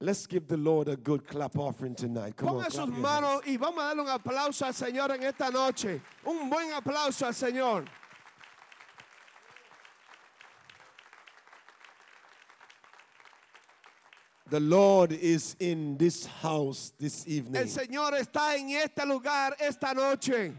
Let's give the Lord a good clap offering tonight. Come on, Ponga clap sus your manos hands. y vamos a darle un aplauso al Señor en esta noche. Un buen aplauso al Señor. The Lord is in this house this El evening. Señor está en este lugar esta noche.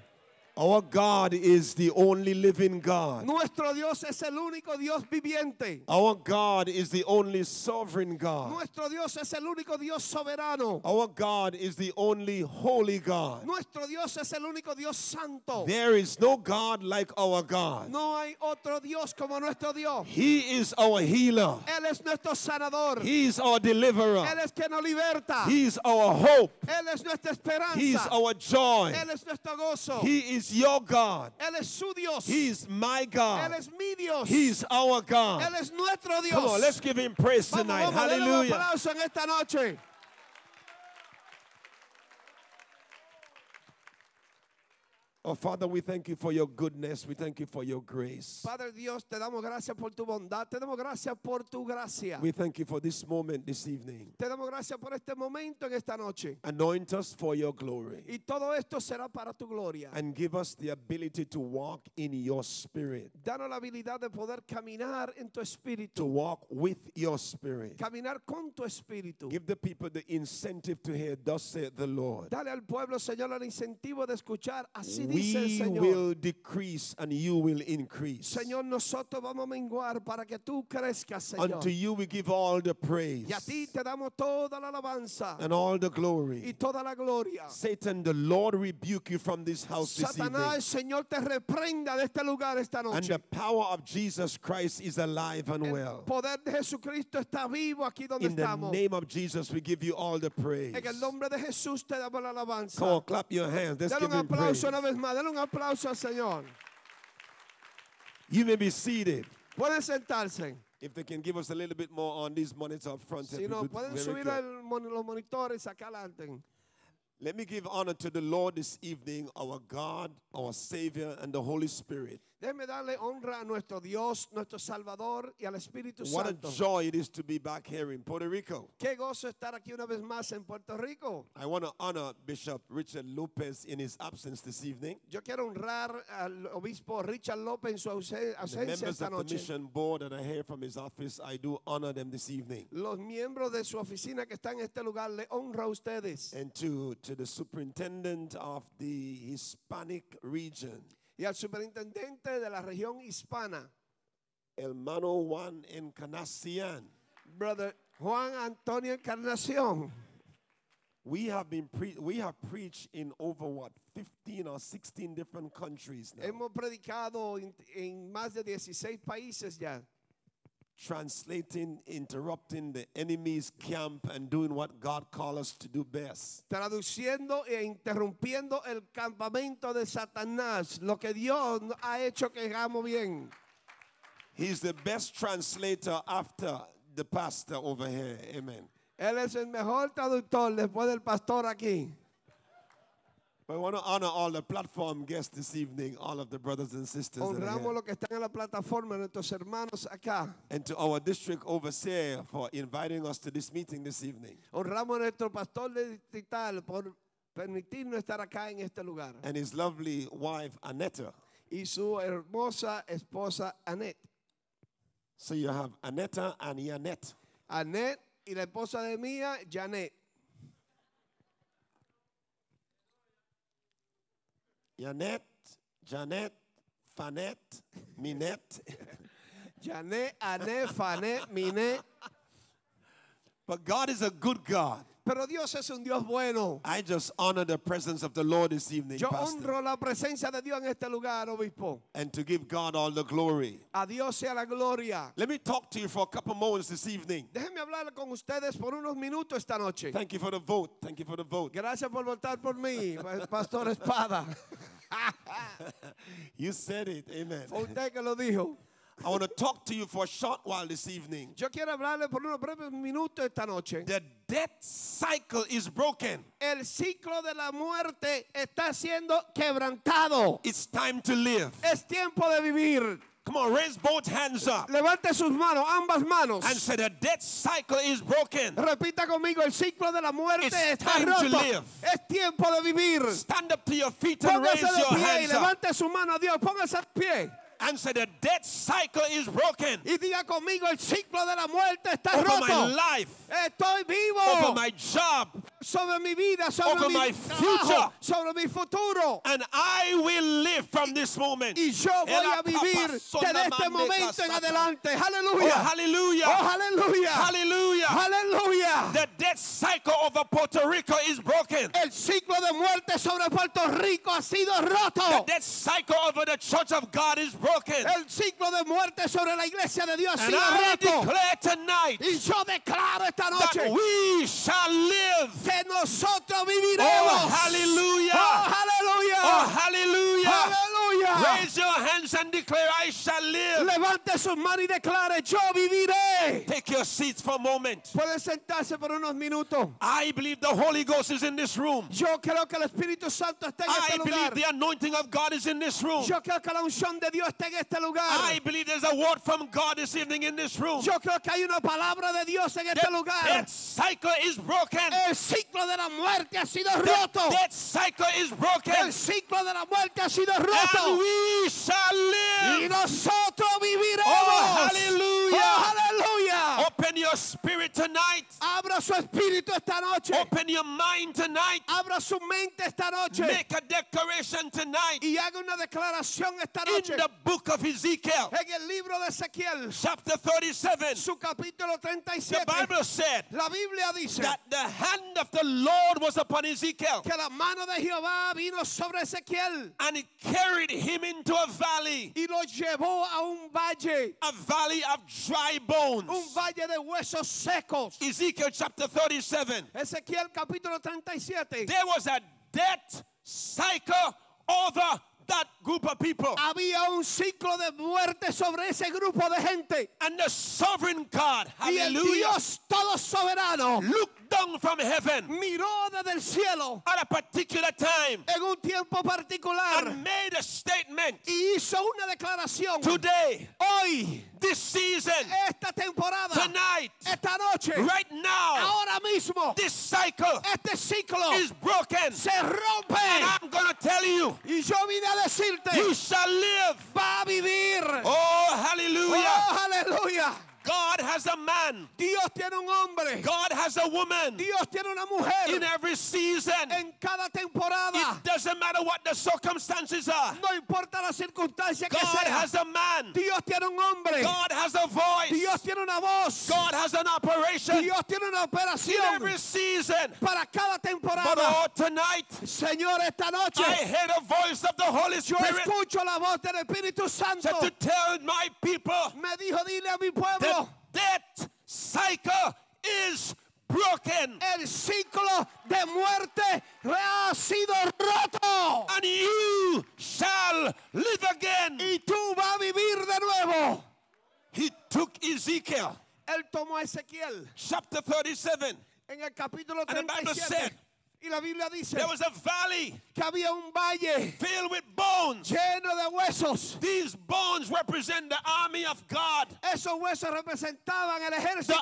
Our God is the only living God. Nuestro Dios es el único Dios viviente. Our God is the only sovereign God. Nuestro Dios es el único Dios soberano. Our God is the only holy God. Nuestro Dios es el único Dios santo. There is no God like our God. No hay otro Dios como nuestro Dios. He is our healer. Él es nuestro sanador. He is our deliverer. Él es quien nos liberta. He is our hope. Él es nuestra He is esperanza. our joy. Él es nuestro gozo. He is your God. Él es su Dios. He is my Él God. es mi Dios. He is our Él God. es nuestro Dios. Come on, let's give him praise Vamos, tonight. vamos, denle un Hallelujah. aplauso en esta noche. Oh, Father, we thank you for your goodness. We thank you for your grace. Padre Dios, te damos gracias por tu bondad. Te damos gracias por tu gracia. We thank you for this moment this evening. Te damos gracias por este momento en esta noche. Anoint us for your glory Y todo esto será para tu gloria. and give us the ability to walk in your spirit, Danos la habilidad de poder caminar en to tu espíritu. walk with your spirit. Caminar con tu espíritu. Give the people the incentive to hear, thus saith the Lord. Dale al pueblo, Señor, el incentivo de escuchar. Así dice el We Señor. will decrease and you will increase. Señor, nosotros vamos a menguar para que tú crezcas, Señor. Unto you we give all the praise Y a ti te damos toda la alabanza and all the y glory. toda la gloria. Satan, the Lord rebuke you from this house this evening. Satanás, Señor, te reprenda de este lugar esta And noche. the power of Jesus Christ is alive and El well. poder de Jesucristo está vivo aquí donde In the estamos. name of Jesus, we give you all the praise. En el nombre de Jesús te damos la alabanza. Come on, clap your hands. Let's Dale give un him praise. aplauso una vez más. Dale un aplauso al Señor. You may be seated. Pueden sentarse. If they can give us a little bit more on these monitors up front. Si it no, would be pueden very subir good. el mon- los monitores acá adelante. Let me give honor to the Lord this evening, our God, our Savior, and the Holy Spirit. Déjeme darle honra a nuestro Dios, nuestro Salvador y al Espíritu What a Santo. joy it is to be back here in Puerto Rico. Qué gozo estar aquí una vez más en Puerto Rico. I want to honor Bishop Richard Lopez in his absence this evening, Yo quiero honrar al obispo Richard López en su ausen- and the ausencia members esta of the noche. mission board that are here from his office. I do honor them this evening. Los miembros de su oficina que están en este lugar le honra a ustedes And to, to the superintendent of the Hispanic region, y al superintendente de la región hispana, Hermano Juan Encarnacion. brother Juan Antonio Encarnación. We have been pre- we have preached in over what 15 or 16 different countries now. Hemos predicado en, en más de 16 países ya, translating, interrupting the enemy's camp, and doing what God called us to do best. traduciendo e interrumpiendo el campamento de Satanás, lo que Dios ha hecho que hagamos bien. He's the best translator after the pastor over here. Amen. Él es el mejor traductor después del pastor aquí. But I want to honor all the platform guests this evening, all of the brothers and sisters. that are Honramos here. los que están en la plataforma, nuestros hermanos acá. And to our district overseer for inviting us to this meeting this evening. Honramos a nuestro pastor de distrital por permitirnos estar acá en este lugar. And his lovely wife, Anetta. Y su hermosa esposa Annette. So you have Anetta and Yanette. Annette y la esposa de mía, Janet. Yanette, Janet, Fanette, Minette. Janet, Annette, Fanet, Minet. but God is a good God. Pero Dios es un Dios bueno. I just honor the presence of the Lord this evening, Yo Pastor. honro la presencia de Dios en este lugar, obispo. And to give God all the glory. A Dios sea la gloria. Let me talk to you for a couple moments this evening. Déjenme hablar con ustedes por unos minutos esta noche. Thank you for the vote. Thank you for the vote. Gracias por votar por mí, pa- Pastor Espada. You said it. Amen. Fue usted que lo dijo. I want to talk to you for a short while this evening. Yo quiero hablarle por unos breves minutos esta noche. The death cycle is broken. El ciclo de la muerte está siendo quebrantado. It's time to live. Es tiempo de vivir. Come on, raise both hands up Levante sus manos, ambas manos. and say the death cycle is broken. Repita conmigo, el ciclo de la muerte It's está time to roto. live. Es tiempo de vivir. Stand up to your feet and raise Póngase your de pie y hands up levante su mano a Dios. Póngase de pie and say the death cycle is broken y diga conmigo, el ciclo de la muerte está over my roto. Oh. life, Estoy vivo over my job, sobre mi vida, sobre over mi my trabajo, future. sobre mi futuro. and I will live from this moment. Y yo voy Ela a vivir papa sona desde mandeca este momento en sata. adelante. Oh, Aleluya. hallelujah! Oh, aleluya. Hallelujah! Aleluya. The death cycle over Puerto Rico is broken. El ciclo de muerte sobre Puerto Rico ha sido roto. That cycle over the church of God is broken. El ciclo de muerte sobre la iglesia de Dios ha And sido I roto. declare tonight Y yo declaro esta that noche we shall live. que nosotros viviremos. Oh, hallelujah! Oh, Oh, aleluya. hallelujah! Aleluya. Raise your hands and declare, I shall live. Levante sus manos y declare, yo viviré. Take your seats for a moment. Pueden sentarse por unos minutos. I believe the Holy Ghost is in this room. Yo creo que el Espíritu Santo está en este I lugar. believe the anointing of God is in this room. Yo creo que la unción de Dios está en este lugar. I believe there's a word from God this evening in this room. Yo creo que hay una palabra de Dios en este lugar. That cycle is broken. El ciclo de la muerte ha sido That, roto. that cycle is broken. El ciclo de la muerte ha sido And roto. we shall Y live. nosotros viviremos. Oh, aleluya. Oh, aleluya. Open your spirit tonight. Abra su espíritu esta noche. Open your mind tonight. Abra su mente esta noche. Make a declaration tonight. Y haga una declaración esta In noche. the book of Ezekiel, En el libro de Ezequiel, chapter 37, su capítulo the 37. Bible said La Biblia dice that the hand of the Lord was upon Ezekiel que la mano de Jehová vino sobre Ezequiel and it carried him into a valley, y lo llevó a un valle, a valley of dry un bones. valle de huesos secos. Ezekiel chapter 37. Ezequiel capítulo 37. There was a death cycle over that group of people. Había un ciclo de muerte sobre ese grupo de gente. And the sovereign God, Y el hallelujah, Dios todo soberano looked down from heaven miró desde el cielo at a particular time en un tiempo particular and made a statement y hizo una declaración. today, Hoy, this season, esta temporada, tonight, esta noche, right now, ahora mismo, this cycle este ciclo is broken. se rompe. And I'm going to tell you, Y yo vine a decirte, you shall live. va a vivir. Oh, Oh, hallelujah. aleluya. God has a man, Dios tiene un hombre. God has a woman Dios tiene una mujer. in every season. en cada temporada. It doesn't matter what the circumstances are. No importa la circunstancia que God sea. has a man. Dios tiene un hombre. God has a Dios voice. tiene una voz. God has an operation Dios tiene una in operación every season. para cada But temporada. oh, tonight Señor, esta noche I hear the voice of the Holy yo Spirit escucho la voz del Espíritu Santo. to tell my people Me dijo, dile a mi that pueblo, that cycle is broken. el ciclo de muerte ha sido roto. And you shall live again. Y tú vas a vivir de nuevo. He took Ezekiel Él tomó a Ezequiel chapter 37. en el capítulo And the Bible 37. said- Y la Biblia dice There was a valley que había un valle filled with bones. lleno de huesos. These bones represent the army of God, Esos huesos representaban el ejército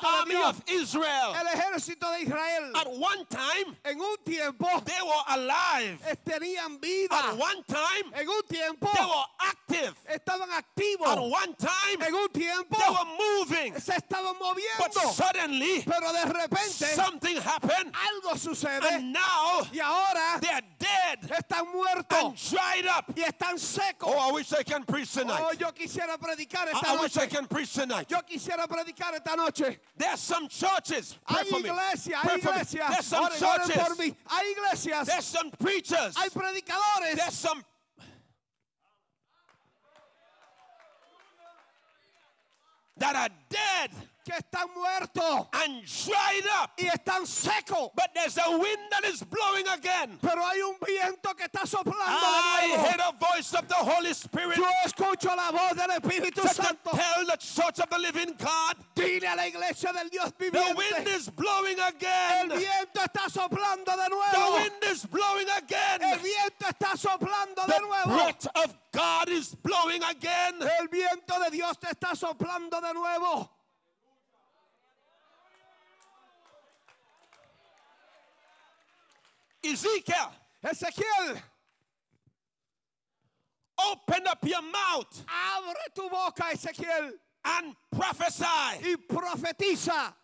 the de army Dios, of Israel. el ejército de Israel. At one time, En un tiempo they were alive. eh, tenían At vida. one time, En un tiempo they were active. estaban At activos. one time, En un tiempo they were moving. se estaban But moviendo. suddenly, Pero de repente something happened, algo sucede and now y ahora they are dead están and muertos dried up. y están secos. Oh, I wish I can preach Oh, tonight. yo quisiera predicar I, esta I wish I noche. can preach tonight. Yo quisiera predicar esta noche. There are some churches. Pray Hay for me. iglesia, Pray hay for me. iglesia. There's some Oren, oren por churches. mí. Hay iglesias, There's some preachers. hay predicadores, There's some. That are dead que están muertos and dried up, y están secos. but there's a wind that is blowing again. Pero hay un viento que está soplando I de hear nuevo. the voice of the Holy Spirit Yo escucho la voz del Espíritu to Santo. tell the church of the living God Dile a la iglesia del Dios the wind viviente. is blowing El again. viento está soplando de The nuevo. wind is blowing El again. viento que está soplando de The nuevo. breath of God is blowing again. El viento de Dios te está soplando de nuevo. Ezekiel, Ezequiel, open up your mouth abre tu boca, Ezequiel, and prophesy. y profetiza.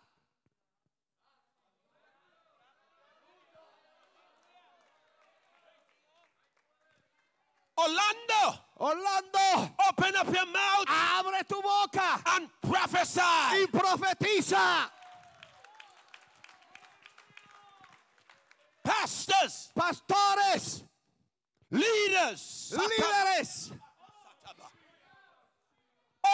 Orlando, Orlando, open up your mouth abre tu boca and prophesy. y profetiza. Pastors, Pastores, leaders, líderes,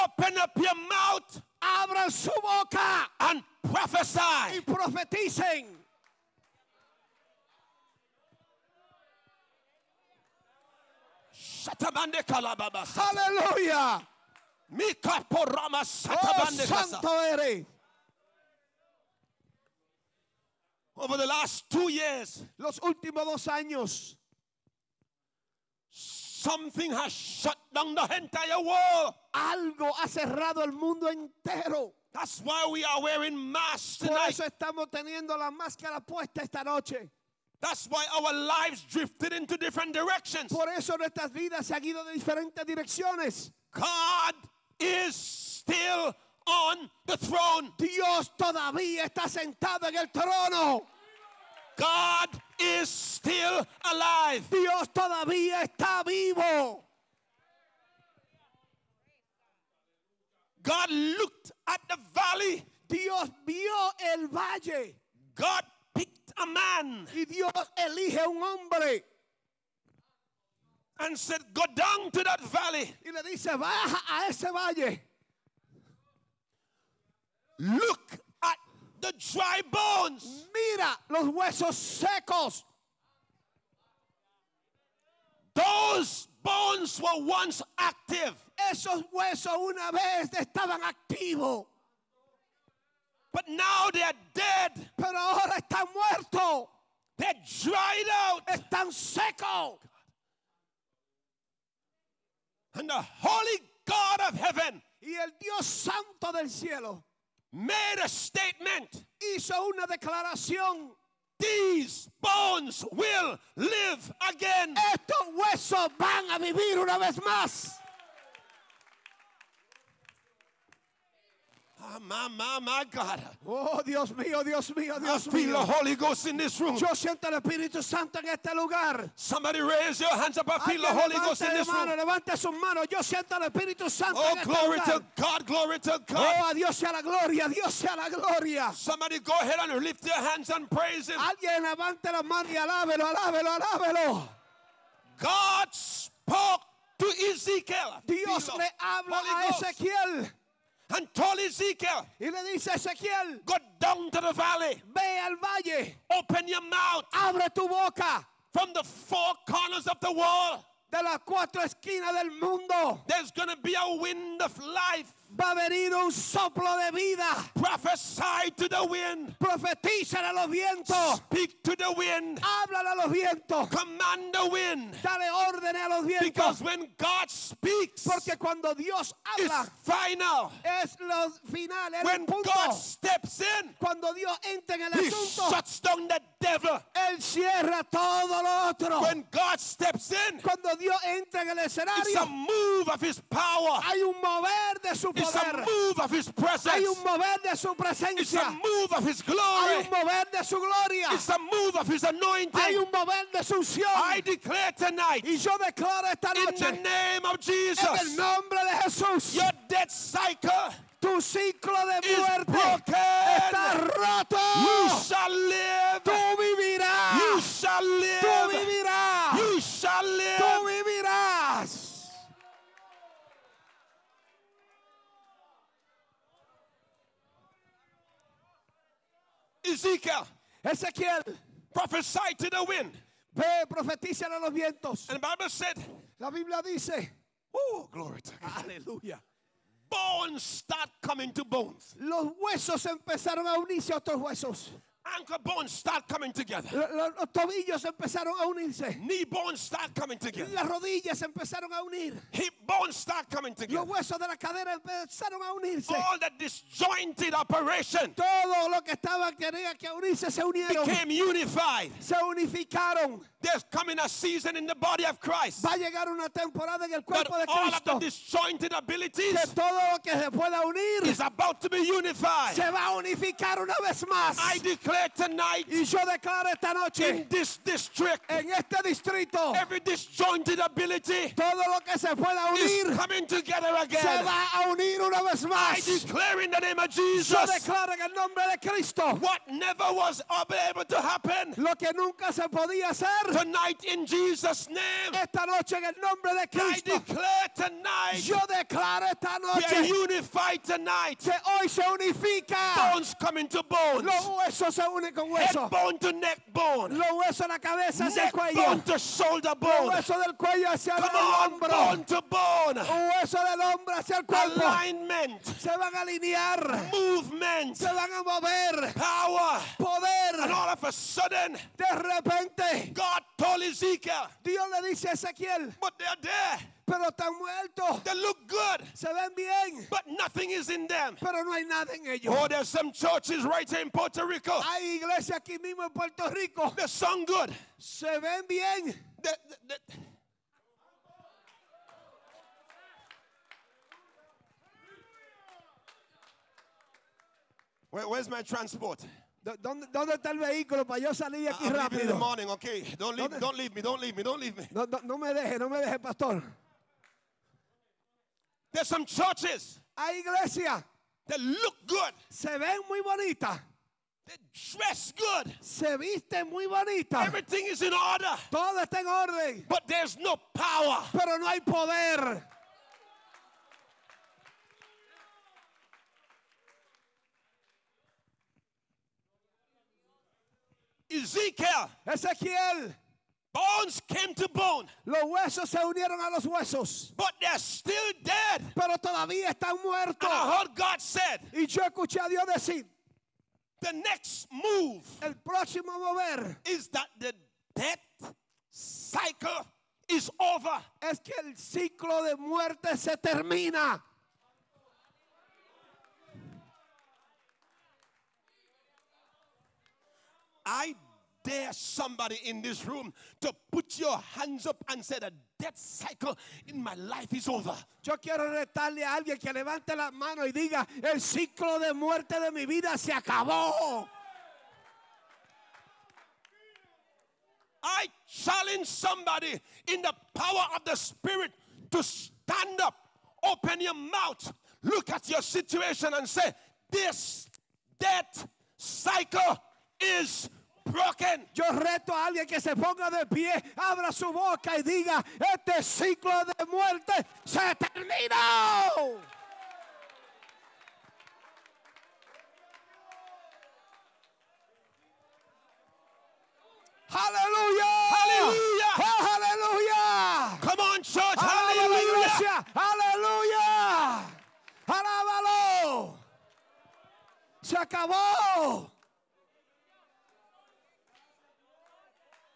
open up your mouth abran su boca and y prophesy. profeticen. Shatabande kalababa. Aleluya. Mika porama Oh, satabande kasa. santo eres. Over the last two years, Los últimos dos años, something has shut down the entire world. algo ha cerrado el mundo entero. That's why we are wearing masks Por tonight. eso estamos teniendo la máscara puesta esta noche. That's why our lives drifted into different directions. Por eso nuestras vidas se han ido de diferentes direcciones. God is still on the throne. Dios todavía está sentado en el trono. God is still alive. Dios todavía está vivo. God looked at the valley. Dios vio el valle God picked a man y Dios elige un hombre and said, Go down to that valley. y le dice, baja a ese valle. Look at the dry bones. Mira los huesos secos. Those bones were once active, Esos huesos una vez estaban activos, but now they are dead. pero ahora están muertos. They're dried out. Están secos. And the holy God of heaven Y el Dios Santo del cielo made a statement hizo una declaración. These bones will live again. Estos huesos van a vivir una vez más. Ah, my, my, my God. Oh, Dios mío, Dios mío, I Dios feel the mío. Holy Ghost in this room. Yo siento el Espíritu Santo en este lugar. Somebody raise your hands up. I feel the Alguien Holy levante Ghost in la this mano, room. levante sus manos. Yo siento el Espíritu Santo Oh, en este glory lugar. to God, glory to God. Oh, a Dios sea la gloria, a Dios sea la gloria. Somebody go ahead and lift your hands and praise Him. Alguien levante la mano y alábelo, alábelo, alábelo. God spoke to Ezekiel. Dios Feel the le habla Holy a Ghost Ezequiel And told Ezekiel, y le dice, Ezequiel, go down to the valley, ve al valle, open your mouth abre tu boca from the four corners of the world. de las cuatro esquinas del mundo. There's going to be a wind of life. Va a venir un soplo de vida. Prophesy to the wind. Profetízale a los vientos. Speak to the wind. Háblale a los vientos. Command the wind. Dale órdenes a los vientos. Because when God speaks, Porque cuando Dios it's habla final. es lo final, es el When punto. God steps in, Cuando Dios entra en el He asunto, shuts down the devil. Él cierra todo lo otro. When God steps in, Cuando Dios entra en el it's a escenario, move of His power. hay un mover de su It's a poder. move of His Hay presence. un mover de su It's a presencia. move of His Hay glory. un mover de su gloria. It's a move of His Hay anointing. un mover de su I unción. declare tonight, Y yo declaro esta in the noche, name of en el Jesus, nombre de Jesús, your death cycle tu ciclo de is muerte está broken. You roto. shall live. Tú vivirás. You shall Tú live. vivirás. You shall Tú live. vivirás. Ezekiel, Ezequiel, prophesy to the wind. ve, profetízale a los vientos. And the Bible said, La Biblia dice, Oh, glory to God. aleluya. Bones start coming to bones. Los huesos empezaron a unirse a otros huesos. Ankle bones start coming together. Lo- lo- los tobillos empezaron a unirse. Knee bones start coming together. Las rodillas empezaron a unir. Hip bones start coming Los together. huesos de la cadera empezaron a unirse. All the disjointed operation Todo lo que estaba que tenía que unirse se unieron. became unified. Se unificaron. There's coming a season in the body of Christ Va a llegar una temporada en el that cuerpo de all of the Cristo. disjointed abilities Que todo lo que se pueda unir is about to be unified. se va a unificar una vez más. I declare tonight Y yo declaro esta in noche this district, en este distrito every disjointed ability todo lo que se pueda is unir coming together se again. va a unir una vez I más. declare in the name of Yo Jesus declaro en el nombre de Cristo what never was able to happen lo que nunca se podía hacer tonight in Jesus' name. esta noche en el nombre de I Cristo. declare tonight Yo declaro esta we are noche unified tonight. que hoy se unifica. Bones coming to bones, Los huesos se unen con head huesos. bone to neck bone, Los huesos de la cabeza hacia el neck bone cuello. to shoulder Los bone. huesos del cuello hacia el Come on, hombro. bone to bone. Oh, Huesos del hombro hacia el cuerpo. Alignment, Se van a alinear. movement, Se van a mover. power. And Poder. all of a sudden, De repente, God told Ezekiel, Dios le dice a Ezequiel, but they're there. pero están muertos. They look good, Se ven bien, but nothing is in them. pero no hay nada en ellos. Oh, there's some churches right here in Puerto Rico. Hay iglesia aquí mismo en Puerto Rico. They sound good. Se ven bien. They- they- they- Where- where's my transport? ¿Dó- ¿Dónde, dónde está el vehículo para yo salir de I- aquí I'm leaving in the rápido? morning, okay? Don't leave, don't leave me, don't leave me, don't leave me. No, no, no me deje, no me deje, pastor. There's some churches Hay iglesia. that look good, Se ven muy bonitas. they dress good, Se visten muy bonitas. everything is in order, Todo está en orden. but there's no power. Pero no hay poder. Ezekiel, Ezequiel, bones came to bone, los huesos se unieron a los huesos. but they're still dead. Pero todavía están muertos. And I heard God said, Y yo escuché a Dios decir, the next move el próximo mover is that the death cycle is over. es que el ciclo de muerte se termina. I dare somebody in this room to put your hands up and say, the death cycle in my life is over. Yo quiero retarle a alguien que levante la mano y diga, el ciclo de muerte de mi vida se acabó. I challenge somebody in the power of the Spirit to stand up, open your mouth, look at your situation, and say, This death cycle is broken. Yo reto a alguien que se ponga de pie, abra su boca y diga, este ciclo de muerte se terminó. Aleluya. Aleluya. Oh, aleluya. Come on, church. Alaba la Hallelujah. iglesia. Aleluya. Alábalo. Se acabó.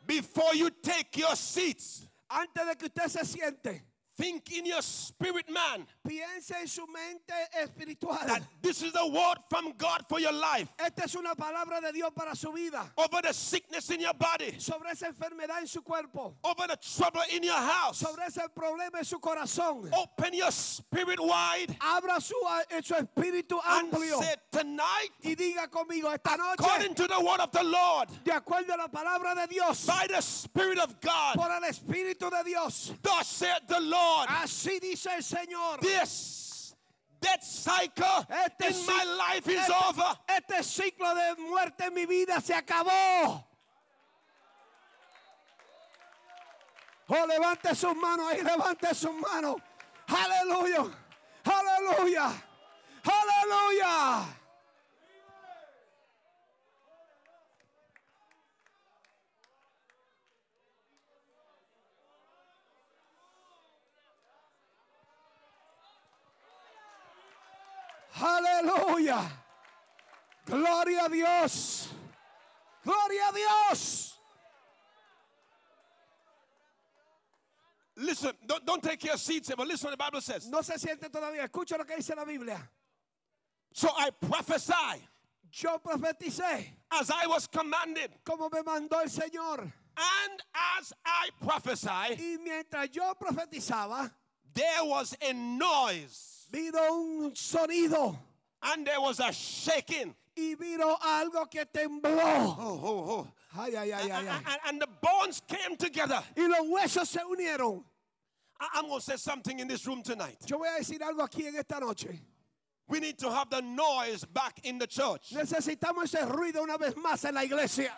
Before you take your seats, Antes de que usted se siente, think in your spirit, man, piense en su mente that espiritual. this is the word from God for your life. Esta es una palabra de Dios para su vida. Over the sickness in your body, Sobre esa enfermedad en su cuerpo. over the trouble in your house. Sobre ese problema en su corazón. Open your spirit wide Abra su, eh, su espíritu and amplio. say, Tonight, Y diga conmigo esta noche. according to the word of the Lord, De acuerdo a la palabra de Dios. by the Spirit of God, Por el espíritu de Dios. thus said the Lord, Así dice el Señor. this death cycle Este in sí- my life is este- over. Este ciclo de muerte en mi vida se acabó. Oh, levante sus manos ahí, levante sus manos. Aleluya, aleluya, aleluya. Aleluya. Gloria a Dios. Gloria a Dios. Listen, don't, don't take your seats here, but listen what the Bible says. No se siente todavía. Escucha lo que dice la Biblia. So I prophesy Yo profeticé as I was commanded, como me mandó el Señor. and as I prophesy, Y mientras yo profetizaba, there was a noise vino un sonido and there was a shaking. y vino algo que tembló. Oh, oh, oh. Ay, ay, ay, ay, ay. And, and the bones came together. Y los huesos se unieron. I- I'm going to say something in this room tonight. Yo voy a decir algo aquí en esta noche. We need to have the noise back in the church. Necesitamos ese ruido una vez más en la iglesia.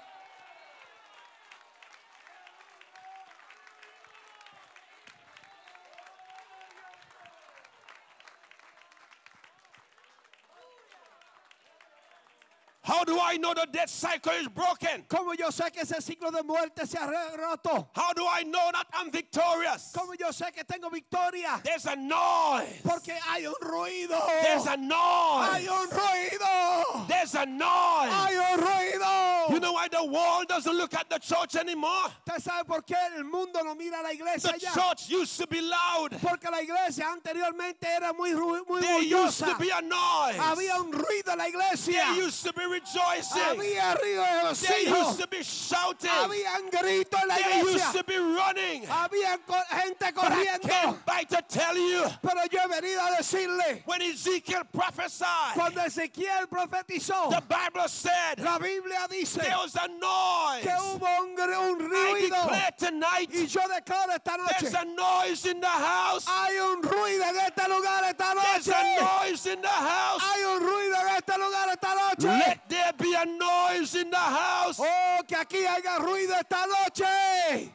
How do I know the death cycle is broken? Como yo sé que ese ciclo de muerte se ha re- roto. How do I know that I'm victorious? Como yo sé que tengo victoria. There's a noise. Porque hay un ruido. There's a Hay noise. un ruido. There's a noise. Hay un ruido. You know why the world doesn't look at the church anymore? ¿Usted sabe por qué el mundo no mira a la The iglesia ya? church used to be loud. Porque la iglesia anteriormente era muy, ru- muy There used bulliciosa. to be a noise. Había un ruido en la iglesia. There used to be rejoicing. Había río de There hocico. used to be shouting. Habían grito en la There used iglesia. to be running. Había co- gente But I corriendo. came by to tell you Pero yo he venido a decirle, when Ezekiel prophesied, cuando Ezequiel profetizó, the Bible said la Biblia dice there was a que noise. hubo un, gr- un I ruido. declare Y tonight yo declaro esta noche, there's a noise in the house. hay un ruido en este lugar esta There's noche. a noise in the house. Hay un ruido en este lugar esta noche. Let there be a noise in the house. Oh, que aquí haya ruido esta noche.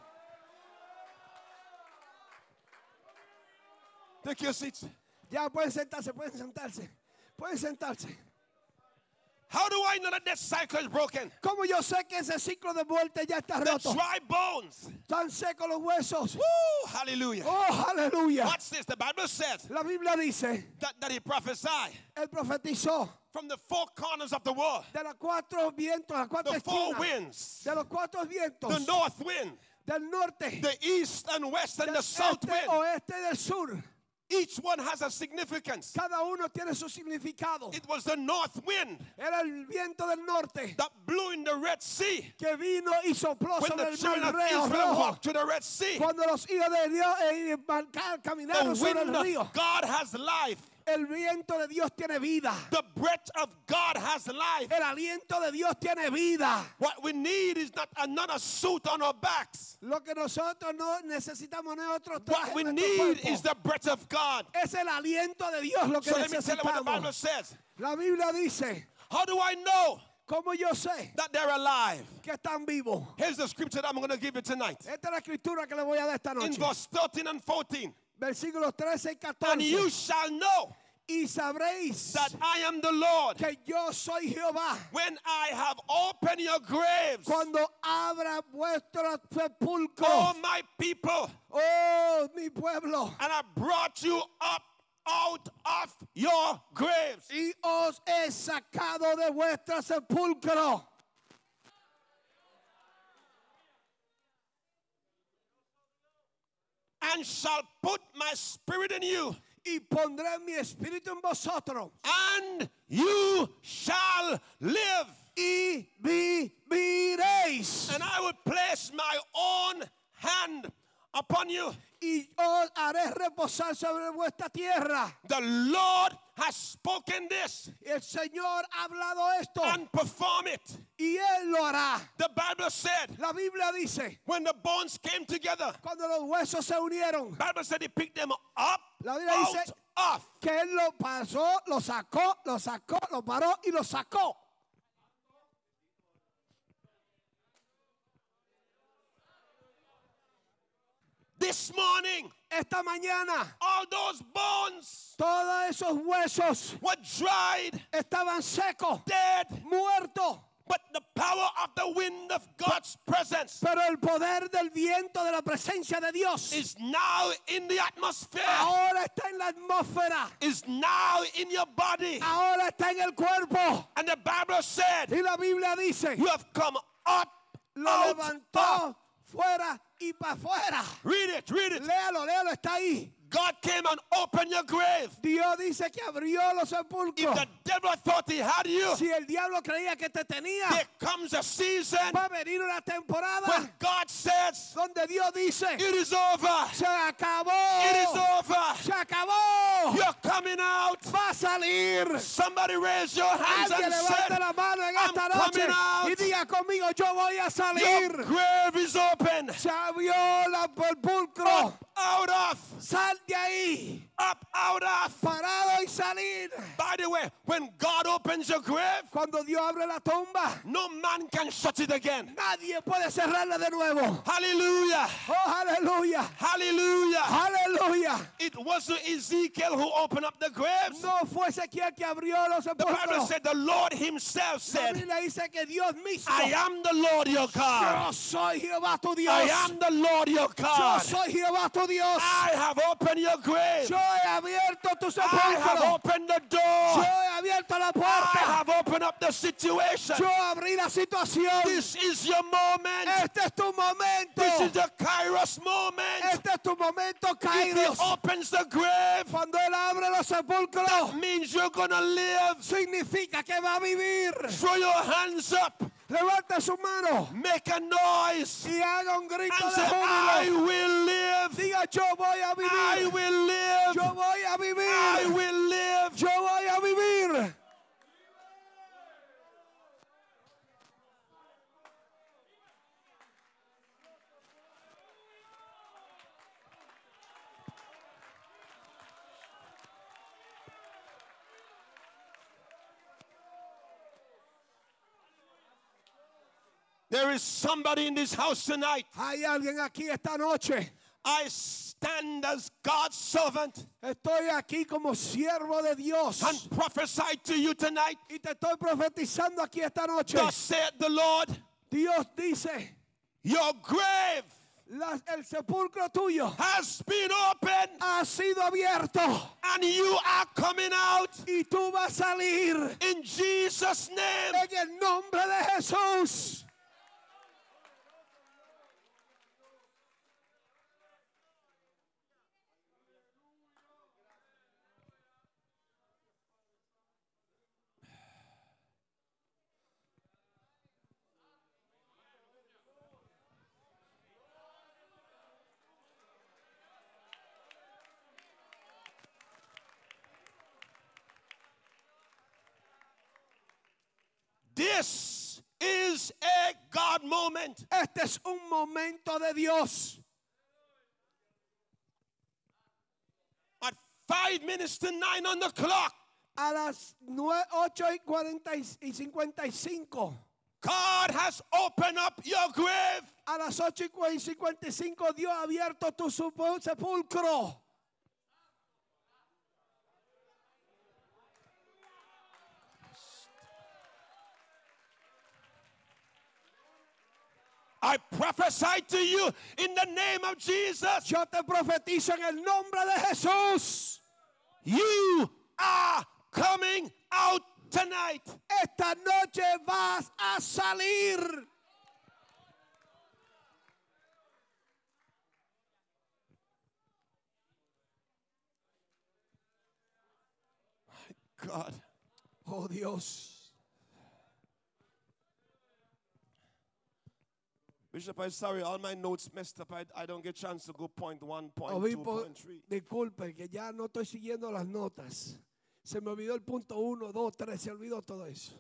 Take your seats. Ya pueden sentarse, pueden sentarse. Pueden sentarse. How do I know that that cycle is broken? Como yo sé que ese ciclo de muerte ya está The roto. dry bones. Están secos los huesos. Woo, hallelujah. Oh, aleluya. Watch this. The Bible says La Biblia dice, that, that he prophesied él profetizó from the four corners of the world, de los cuatro vientos, las cuatro the four esquinas, winds, de los cuatro vientos, the north wind, del norte, the east and west and del the south este, wind. oeste y del sur. Each one has a significance. Cada uno tiene su significado. It was the north wind Era el viento del norte that blew in the Red Sea que vino y sopló when sobre the el children mar of Reo- Israel rojo. walked to the Red Sea. Cuando los hijos de Dios eh, van- ca- The caminaron sobre wind el río, of God has life. el viento de Dios tiene vida. The breath of God has life. El aliento de Dios tiene vida. What we need is not another suit on our backs. Lo que nosotros no necesitamos no es otro What traje we en nuestro need cuerpo. is the breath of God. es el aliento de Dios lo que So let me tell you what the Bible necesitamos. says. La Biblia dice, How do I know como yo sé that they're alive? que están vivos. Here's the scripture that I'm going to give you tonight. Esta es la escritura que le voy a dar esta In noche. verse 13 and 14. Versículos 13 y 14. And you shall know y sabréis that I am the Lord que yo soy Jehová when I have opened your graves. cuando abra vuestro sepulcro. Oh, my people, Oh, mi pueblo. and I brought you up out of your graves. Y os he sacado de vuestro sepulcro. and shall put my spirit in you, Y pondré mi espíritu en vosotros. and you shall live. Y viviréis. And I will place my own hand upon you. y os haré reposar sobre vuestra tierra. The Lord has spoken this El Señor ha hablado esto and perform it. y Él lo hará. The Bible said La Biblia dice, when the bones came together, cuando los huesos se unieron, Bible said he picked them up La Biblia out dice- of. que Él lo pasó, lo sacó, lo sacó, lo paró y lo sacó. This morning, Esta mañana, all those bones todos esos huesos were dried, estaban secos, dead, muertos, but the power of the wind of God's presence pero el poder del viento de la presencia de Dios is now in the atmosphere, ahora está en la atmósfera, is now in your body. ahora está en el cuerpo. And the Bible said, Y la Biblia dice, You have come up, Lo out, up. levantó fuera y para afuera. Read it, read it. Léalo, léalo, está ahí. God came and opened your grave. Dios dice que abrió los If sepulcros. the devil thought he had you, Si el diablo creía que te tenía, there comes a season va a venir una when temporada God says, donde Dios dice, It is over. se acabó, It is over. se acabó, You're coming out. va a salir. Somebody raise your hands and Alguien levante la say, mano en "I'm esta noche coming out." y diga conmigo, yo voy a Your salir. grave is open. Se abrió la sepulcro. Up, out of. Sal de ahí, Up, out of. parado y salir. By the way, when God opens your grave, Cuando Dios abre la tumba, no man can shut it again. nadie puede cerrarla de nuevo. Hallelujah. Oh, aleluya, Hallelujah. aleluya. It wasn't Ezekiel who opened up the graves. No fue Ezequiel que abrió los The Bible sepulcros. said the Lord Himself La said, Biblia dice que Dios mismo. I am the Lord your God. Yo soy Jehová tu Dios. I am the Lord your Yo God. soy Jehová tu Dios. I have opened your grave. Yo he abierto tu I have sepulcro. opened the Yo door. he abierto la I puerta. have opened up the situation. Yo abrí la situación. This is your moment. Este es tu momento. This is the Kairos moment. Este es tu momento, If Kairos. he opens the grave, Cuando él abre los sepulcros, means you're gonna live. significa que va a vivir. Throw your hands up, Levante su mano make a noise, y haga un grito and de say, I júbilo. will live. Diga, yo voy I a vivir. will live. Yo voy a I vivir. will live. Yo voy a vivir. There is somebody in this house tonight. Hay alguien aquí esta noche. I stand as God's servant Estoy aquí como siervo de Dios. and prophesy to you tonight. Y te estoy profetizando aquí esta noche. Thus said the Lord, Dios dice, your grave "La- el sepulcro tuyo has been opened ha sido abierto and you are coming out y tú vas a salir in Jesus' name. en el nombre de Jesús. This is a God moment. Este es un momento de Dios. At five minutes to nine on the clock, A las 8 y 40 y y 55. God has opened up your grave. A las 8 y cua- y 55 Dios ha abierto tu supo- sepulcro. I prophesy to you in the name of Jesus. Yo te profetizo en el nombre de Jesús. You are coming out tonight. Esta noche vas a salir. God, Oh Dios. Bishop, I'm sorry, all my notes messed up. I, I don't get chance to go point one, point two, Obispo, point three. disculpe que ya no estoy siguiendo las notas. Se me olvidó el punto 1, 2, 3, se olvidó todo eso.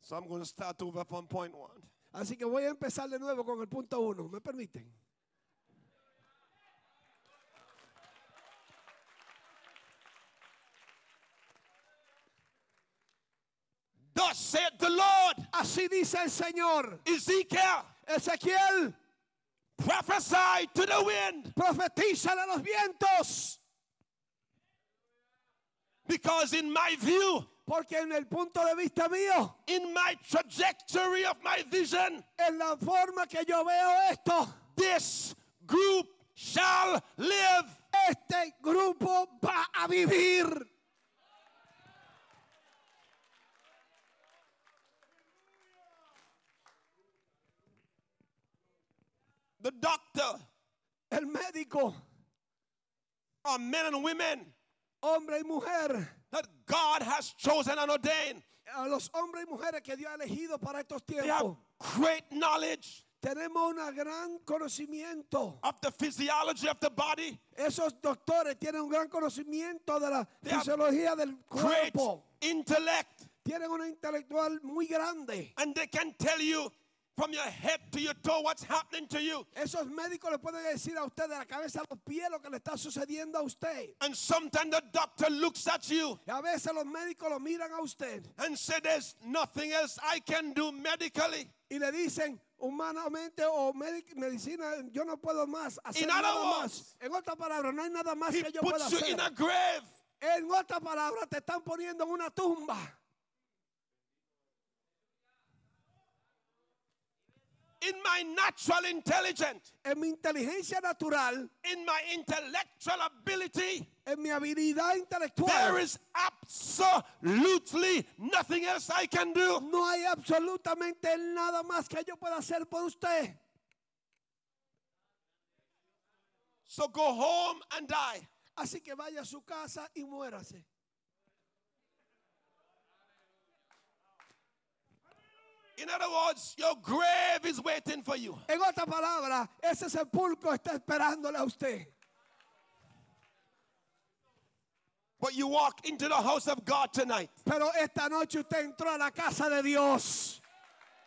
So I'm going to start over from point one. Así que voy a empezar de nuevo con el punto 1, ¿me permiten? Thus said the Lord, Así dice el Señor. Ezekiel, Ezequiel, prophesy to the wind profetízale a los vientos. because in my view, Porque en el punto de vista mío, in my trajectory of my vision, en la forma que yo veo esto, this group shall live. este grupo va a vivir. the doctor el médico, are men and women hombre y mujer, that God has chosen and ordained. a los hombres y mujeres que Dios ha elegido para estos They have tiempos. great knowledge Tenemos un gran conocimiento. of the physiology of the body, Esos doctores tienen un gran conocimiento de la They have fisiología del great cuerpo. intellect, Tienen una intelectual muy grande. and they can tell you from your head to your toe what's happening to you. Esos médicos le pueden decir a usted de la cabeza a los pies lo que le está sucediendo a usted. And sometimes the doctor looks at you Y a veces los médicos lo miran a usted and say there's nothing else I can do medically. y le dicen humanamente o medi- medicina, yo no puedo más hacer In other nada words, más. En otras palabras, no hay nada más He que yo pueda puts you hacer. in a grave. En otras palabras, te están poniendo en una tumba. In my natural intelligence, En mi inteligencia natural, in my intellectual ability, en mi habilidad intelectual, there is absolutely nothing else I can do. no hay absolutamente nada más que yo pueda hacer por usted. So go home and die. Así que vaya a su casa y muérase. In other words, your grave is waiting for you. En otras palabras, ese sepulcro está esperándole a usted. But you walk into the house of God tonight. Pero esta noche usted entró a la casa de Dios.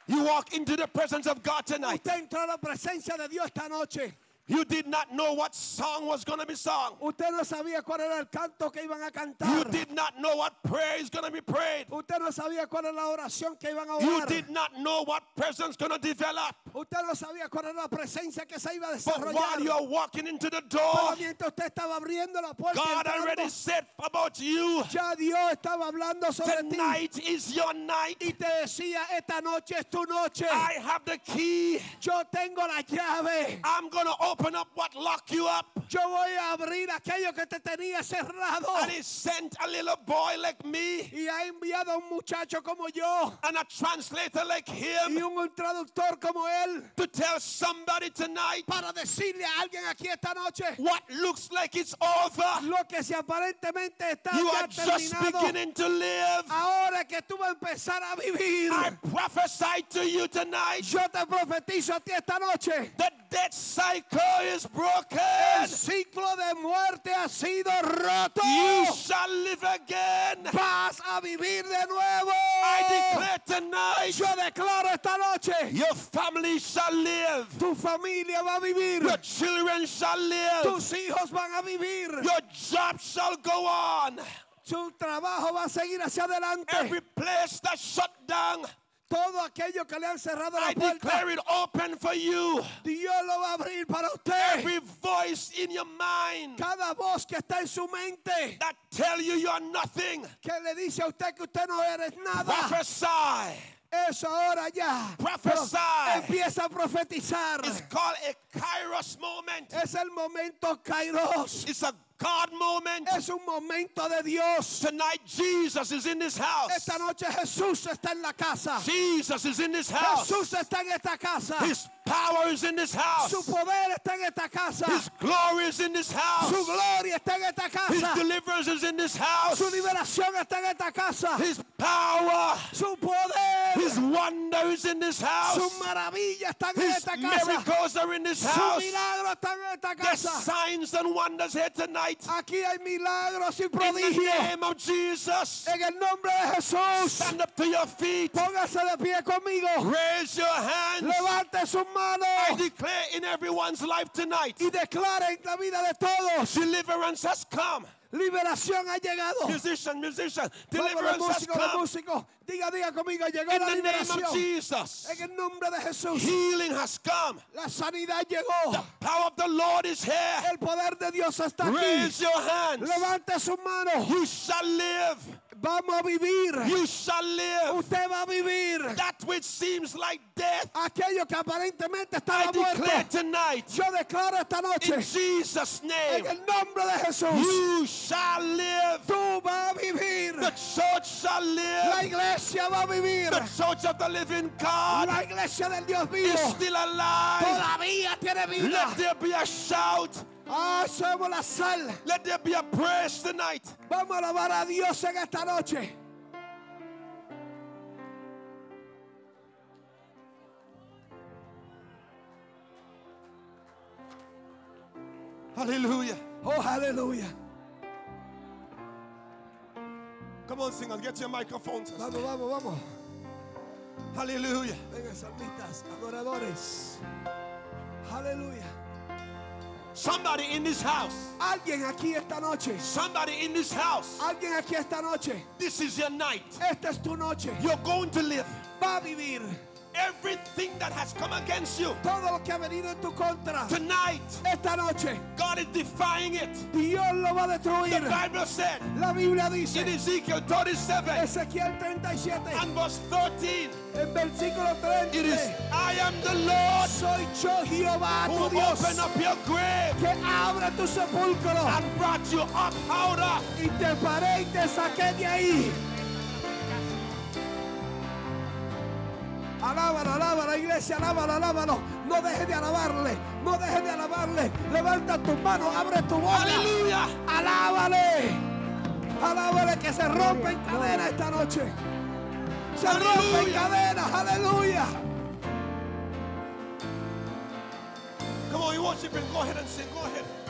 You walk into the presence of God tonight. Usted entró a la presencia de Dios esta noche. You did not know what song was going to be sung. Usted no sabía cuál era el canto que iban a You cantar. did not know what prayer is going to be prayed. Usted no sabía cuál era la oración que iban a You orar. did not know what presence going to develop. Usted no sabía cuál era la presencia que se iba a But while desarrollar. you are walking into the Pero door, mientras usted estaba abriendo la puerta, God entrando, already said about you, ya Dios estaba hablando sobre ti. tonight is your night. Y te decía, esta noche es tu noche. I have the key. Yo tengo la llave. I'm going to open up what locked you up. Yo voy a abrir aquello que te tenía cerrado. And he sent a little boy like me Y ha enviado a un muchacho como yo and a translator like y him un traductor como él to tell somebody tonight para decirle a alguien aquí esta noche what looks like it's over. lo que si aparentemente está You ya are just terminado. beginning to live. Ah. Ahora que tú vas a empezar a vivir, I prophesy to you tonight yo te profetizo a ti esta noche. the death cycle is El broken. ciclo de muerte ha sido roto. You shall live again. Vas a vivir de nuevo. I declare tonight Oh. Yo declaro esta noche, your family shall live, tu familia va a vivir, your children shall live, tus hijos van a vivir, your job shall go on. tu trabajo va a seguir hacia adelante. Every place that shut down, Todo aquello que le han cerrado la I puerta, declare it open for you. Dios lo va a abrir para usted. Every voice in your mind Cada voz que está en su mente, that tell you you are nothing, que le dice a usted que usted no eres nada, prophesy. eso ahora ya. Prophesy. Empieza a profetizar. It's called a kairos moment. Es el momento kairos. It's a God moment. Es un momento de Dios. Tonight, Jesus is in this house. Esta noche Jesús está en la casa. Jesus is in this house. Jesús está en esta casa. His power is in this house. Su poder está en esta casa. His glory is in this Su house. gloria está en esta His casa. deliverance is in this house. Su liberación está en esta casa. His power, Su poder. His wonder is in this Su house. maravilla está en His esta casa. miracles are in this Su house. milagro está en esta There's casa. signs and wonders here tonight. Aquí hay milagros y In the prodigios. name of Jesus, En el nombre de Jesús. stand up to your feet. Póngase de pie conmigo. Raise your hands. Levante sus I manos declare in everyone's life tonight, y declare en la vida de todos. deliverance has come. Liberación ha llegado. Musician, musician, Oh. Vamos, los deliverance has músicos, los come. músicos. Diga, diga conmigo. Llegó In la the name of liberación. Jesus, En el nombre de Jesús. healing has come. La sanidad llegó. Power of the Lord is here. El poder de Dios está aquí. Raise your hands. Levante sus manos. You shall live. Vamos a vivir. You shall live Usted va a vivir. that which seems like death. Aquello que aparentemente I estaba declare muerto. tonight, Yo declaro esta noche in Jesus' en name, el nombre de Jesús. you shall live. Tú vas a vivir. The church shall La live. iglesia va a vivir. The church of the living God La iglesia del Dios is vivo still alive. todavía tiene vida. Let there be a shout. Hacemos la sal. Let there be a praise tonight. Vamos a alabar a Dios en esta noche. Hallelujah. Oh, aleluya. Come on, singers, get your microphones. and Vamos, vamos, vamos. stand. Hallelujah. Vengan, salmistas, adoradores. Aleluya. Somebody in this house, Alguien aquí esta noche. somebody in this house, Alguien aquí esta noche. this is your night. Esta es tu noche. You're going to live. Va a vivir Everything that has come against you todo lo que ha venido en tu contra. tonight, Esta noche. God is defying it. Dios lo va a The destruir. Bible said La Biblia in dice. Ezekiel 37 Ezequiel 37. and verse 13, En versículo it is 30. I am the Lord Soy yo Jehová who tu Dios opened up your grave que abre tu sepulcro and brought you up out of. y te paré y te saqué de ahí. Alábalo, alábalo, iglesia, alábalo, alábalo. No dejes de alabarle, no dejes de alabarle. Levanta tus manos, abre tu boca. Hallelujah. Alábale, alábale que se rompen cadenas esta noche. Se rompen Aleluya. cadenas, aleluya. Come on, you worshiping. Go ahead and sing. Go ahead.